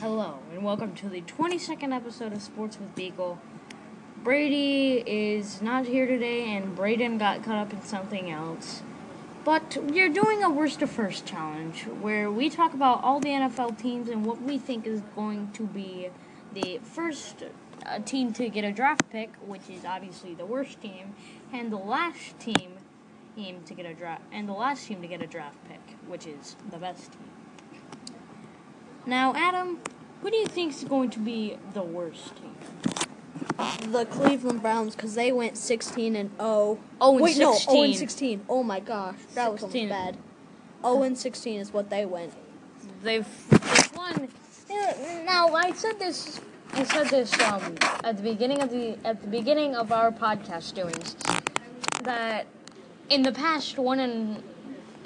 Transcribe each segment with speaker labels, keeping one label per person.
Speaker 1: Hello, and welcome to the 22nd episode of Sports with Beagle. Brady is not here today, and Braden got caught up in something else. But we're doing a worst to first challenge where we talk about all the NFL teams and what we think is going to be the first uh, team to get a draft pick, which is obviously the worst team, and the last team team to get a draft and the last team to get a draft pick, which is the best team. Now, Adam, who do you think is going to be the worst team?
Speaker 2: the Cleveland Browns because they went 16 and 0.
Speaker 1: Oh, and
Speaker 2: Wait, no, 0
Speaker 1: 16.
Speaker 2: and 16. Oh my gosh, that was
Speaker 1: 16.
Speaker 2: bad. 0 and 16 is what they went.
Speaker 1: They've, they've won. they're- Now, I said this. I said this um, at the beginning of the at the beginning of our podcast doings that in the past one and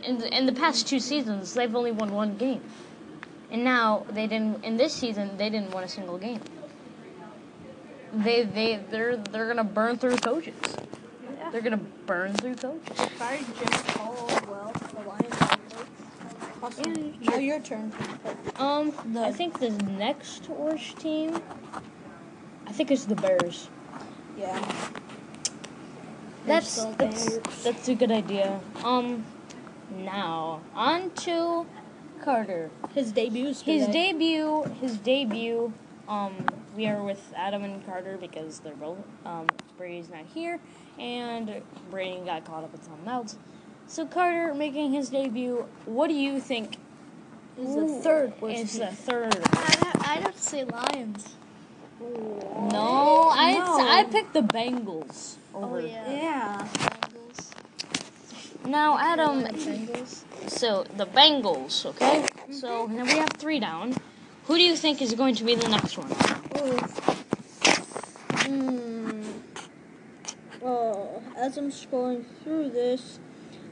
Speaker 1: in the, in the past two seasons they've only won one game, and now they didn't. In this season, they didn't win a single game. They they they're they're gonna burn through coaches. They're gonna burn through coaches.
Speaker 2: Sorry, Jim Caldwell, the Lions. Now your turn.
Speaker 1: Um, I think the next worst team, I think it's the Bears.
Speaker 2: Yeah.
Speaker 1: That's
Speaker 2: the
Speaker 1: that's,
Speaker 2: Bears.
Speaker 1: that's a good idea. Um, now on to Carter.
Speaker 2: His debut's
Speaker 1: His
Speaker 2: today.
Speaker 1: debut, his debut. Um, we are with Adam and Carter because they're both. Um, Brady's not here, and Brady got caught up in something else. So Carter making his debut. What do you think
Speaker 2: is the third worst.
Speaker 1: is
Speaker 2: team.
Speaker 1: the third?
Speaker 3: I'd have, I'd have to say Lions.
Speaker 1: No, I
Speaker 2: No.
Speaker 1: I picked the Bengals
Speaker 3: Oh
Speaker 1: over.
Speaker 3: yeah.
Speaker 2: Yeah.
Speaker 3: Bengals.
Speaker 1: Now Adam,
Speaker 3: Bengals.
Speaker 1: so the Bengals, okay? So now we have three down. Who do you think is going to be the next one?
Speaker 2: Mm. Oh, as I'm scrolling through this,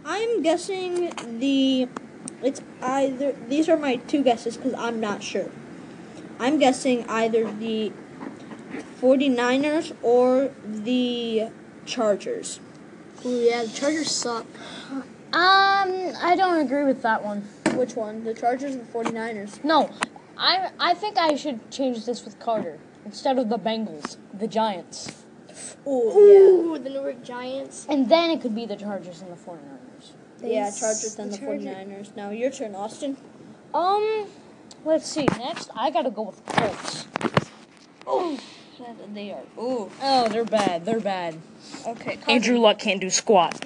Speaker 2: I'm guessing the. It's either. These are my two guesses because I'm not sure. I'm guessing either the 49ers or the Chargers.
Speaker 3: Ooh yeah, the Chargers suck.
Speaker 1: Um, I don't agree with that one.
Speaker 2: Which one? The Chargers or the 49ers?
Speaker 1: No, I I think I should change this with Carter instead of the Bengals, the Giants,
Speaker 2: Oh,
Speaker 3: Ooh, the New York Giants.
Speaker 1: and then it could be the Chargers and the 49ers.
Speaker 2: yeah. Yeah,
Speaker 3: Yes,
Speaker 2: Chargers and
Speaker 3: the
Speaker 2: the
Speaker 3: Chargers.
Speaker 2: 49ers. Now, your turn, Austin.
Speaker 1: Um, let's see. Next, I gotta go with Colts. Oh, they are.
Speaker 2: Ooh.
Speaker 1: Oh, they're bad. They're bad.
Speaker 2: Okay, Carter.
Speaker 1: Andrew Luck can't do squat.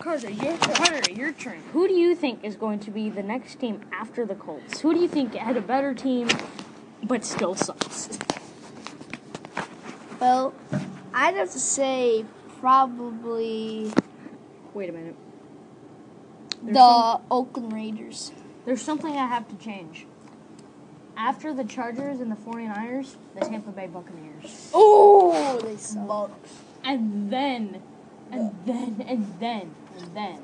Speaker 2: Carter, your turn.
Speaker 1: Carter, your turn. Who do you think is going to be the next team after the Colts? Who do you think had a better team but still sucks?
Speaker 3: Well, I'd have to say probably
Speaker 1: Wait a minute.
Speaker 3: the Oakland Raiders.
Speaker 1: There's something I have to change. After the Chargers and the 49ers, the Tampa Bay Buccaneers.
Speaker 3: Oh, they suck.
Speaker 1: And then, and then, and then, and then,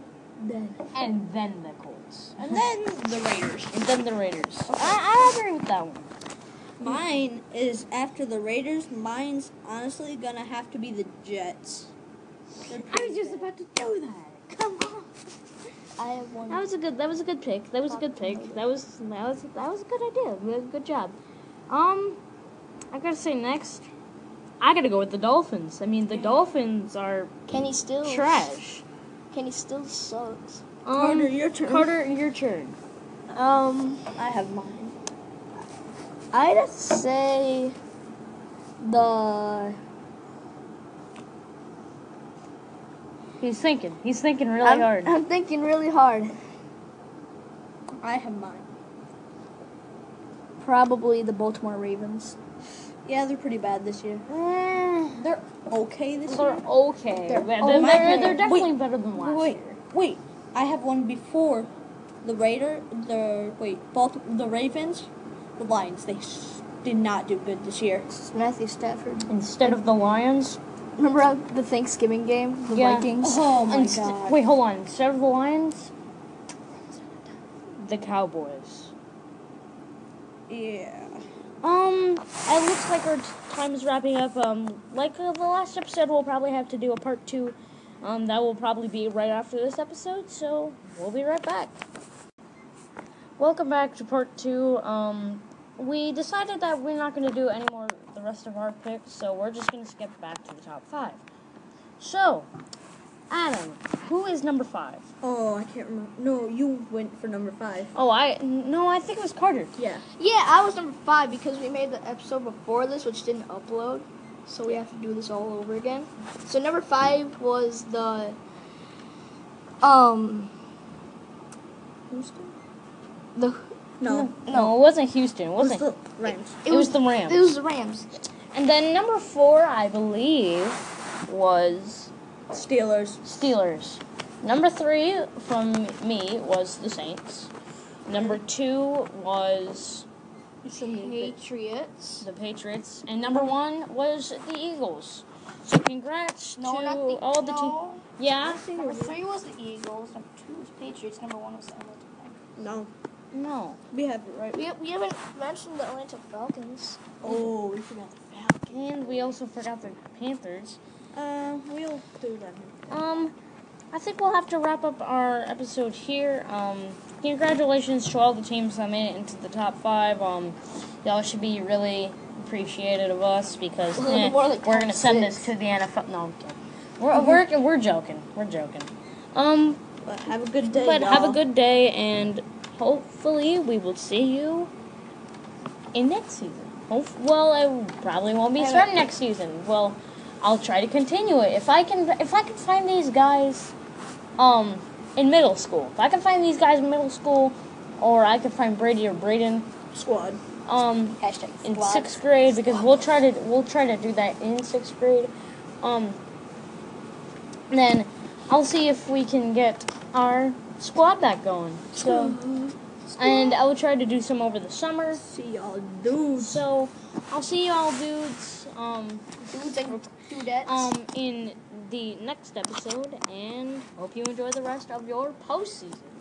Speaker 3: Then.
Speaker 1: and then the Colts.
Speaker 2: And then the Raiders.
Speaker 1: And then the Raiders. I, I agree with that one.
Speaker 2: Mine is after the Raiders. Mine's honestly gonna have to be the Jets.
Speaker 1: I was just about to do that. Come on.
Speaker 3: I have one.
Speaker 1: That was a good. That was a good pick. That was a good pick. That was that was that was a good idea. Good- Good job. Um, I gotta say next, I gotta go with the Dolphins. I mean, the Dolphins are
Speaker 3: Kenny Stills.
Speaker 1: trash.
Speaker 3: Kenny Stills sucks.
Speaker 1: Um,
Speaker 2: Carter, your turn.
Speaker 1: Carter, your turn.
Speaker 3: Um,
Speaker 2: I have mine.
Speaker 3: I'd have to say the
Speaker 1: He's thinking. He's thinking really
Speaker 3: I'm,
Speaker 1: hard.
Speaker 3: I'm thinking really hard.
Speaker 2: I have mine.
Speaker 3: Probably the Baltimore Ravens.
Speaker 2: Yeah, they're pretty bad this year.
Speaker 1: Eh,
Speaker 2: They're okay this
Speaker 1: they're
Speaker 2: year.
Speaker 1: okay. They're,
Speaker 3: They're
Speaker 1: they're,
Speaker 3: okay.
Speaker 1: they're, definitely better than last
Speaker 2: Wait,
Speaker 1: year.
Speaker 2: wait. I have one before the Raider. The wait, Balt- the Ravens, the Lions. They s- did not do good this year.
Speaker 3: It's Matthew Stafford.
Speaker 1: Instead of the Lions.
Speaker 3: Remember how the Thanksgiving game, the
Speaker 1: Yeah. Uh-huh.
Speaker 3: Vikings.
Speaker 2: Oh my
Speaker 1: inst-
Speaker 2: god.
Speaker 1: Wait, hold on. Instead of the Lions, the Cowboys.
Speaker 2: Yeah.
Speaker 1: Um, it looks like our t- time is wrapping up. Um, like uh, the last episode, we'll probably have to do a part two. Um, that will probably be right after this episode, so we'll be right back. Welcome back to part two. Um, we decided that we're not going to do any more the rest of our picks, so we're just going to skip back to the top five. So, Adam, who is number five?
Speaker 2: Oh, I can't remember. No, you went for number five.
Speaker 1: Oh, I no, I think it was Carter.
Speaker 2: Yeah.
Speaker 3: Yeah, I was number five because we made the episode before this, which didn't upload, so we have to do this all over again. So number five was the um
Speaker 2: Houston?
Speaker 3: the
Speaker 2: No.
Speaker 1: No, it wasn't Houston. It
Speaker 2: It was
Speaker 1: wasn't.
Speaker 2: the Rams.
Speaker 1: It was the Rams.
Speaker 3: It was the Rams.
Speaker 1: And then number four, I believe, was
Speaker 2: Steelers.
Speaker 1: Steelers. Number three from me was the Saints. Number two was
Speaker 3: Patriots.
Speaker 1: the Patriots, and number one was the Eagles. So congrats
Speaker 3: No,
Speaker 1: to
Speaker 3: not the,
Speaker 1: all the teams.
Speaker 3: no.
Speaker 1: Yeah.
Speaker 3: Number three was the Eagles. Number two was Patriots. Number one was the Atlanta. Falcons.
Speaker 2: No.
Speaker 1: No.
Speaker 2: We have it right.
Speaker 3: We, we haven't mentioned the Atlanta Falcons.
Speaker 2: Oh, we forgot the Falcons.
Speaker 1: And we also forgot the Panthers.
Speaker 2: Uh, we'll do that.
Speaker 1: Um, I think we'll have to wrap up our episode here. Um, congratulations to all the teams that made it into the top five. Um, y'all should be really appreciated of us because
Speaker 3: Well,
Speaker 1: eh,
Speaker 3: more like
Speaker 1: we're gonna
Speaker 3: top
Speaker 1: send
Speaker 3: six. Mm-hmm.
Speaker 1: this to the NFL. No, I'm kidding. We're, we're, we're joking. We're joking. Um,
Speaker 2: But have a good day.
Speaker 1: but have a
Speaker 2: y'all.
Speaker 1: good day, and hopefully we will see you in next season. Hope, well, it probably won't be
Speaker 3: I
Speaker 1: starting
Speaker 3: don't-
Speaker 1: next season. Well, I'll try to continue it if I can. If I can find these guys, um, in middle school. If I can find these guys in middle school, or I can find Brady or Braden,
Speaker 2: squad.
Speaker 1: um,
Speaker 3: Hashtag
Speaker 1: in
Speaker 3: squad.
Speaker 1: sixth grade because we'll try to we'll try to do that in sixth grade. Um, and then I'll see if we can get our squad back going. So and I will try to do some over the summer.
Speaker 2: See y'all, dudes.
Speaker 1: So I'll see you all dudes um
Speaker 3: Dudes and dudettes.
Speaker 1: um in the next episode and hope you enjoy the rest of your postseason.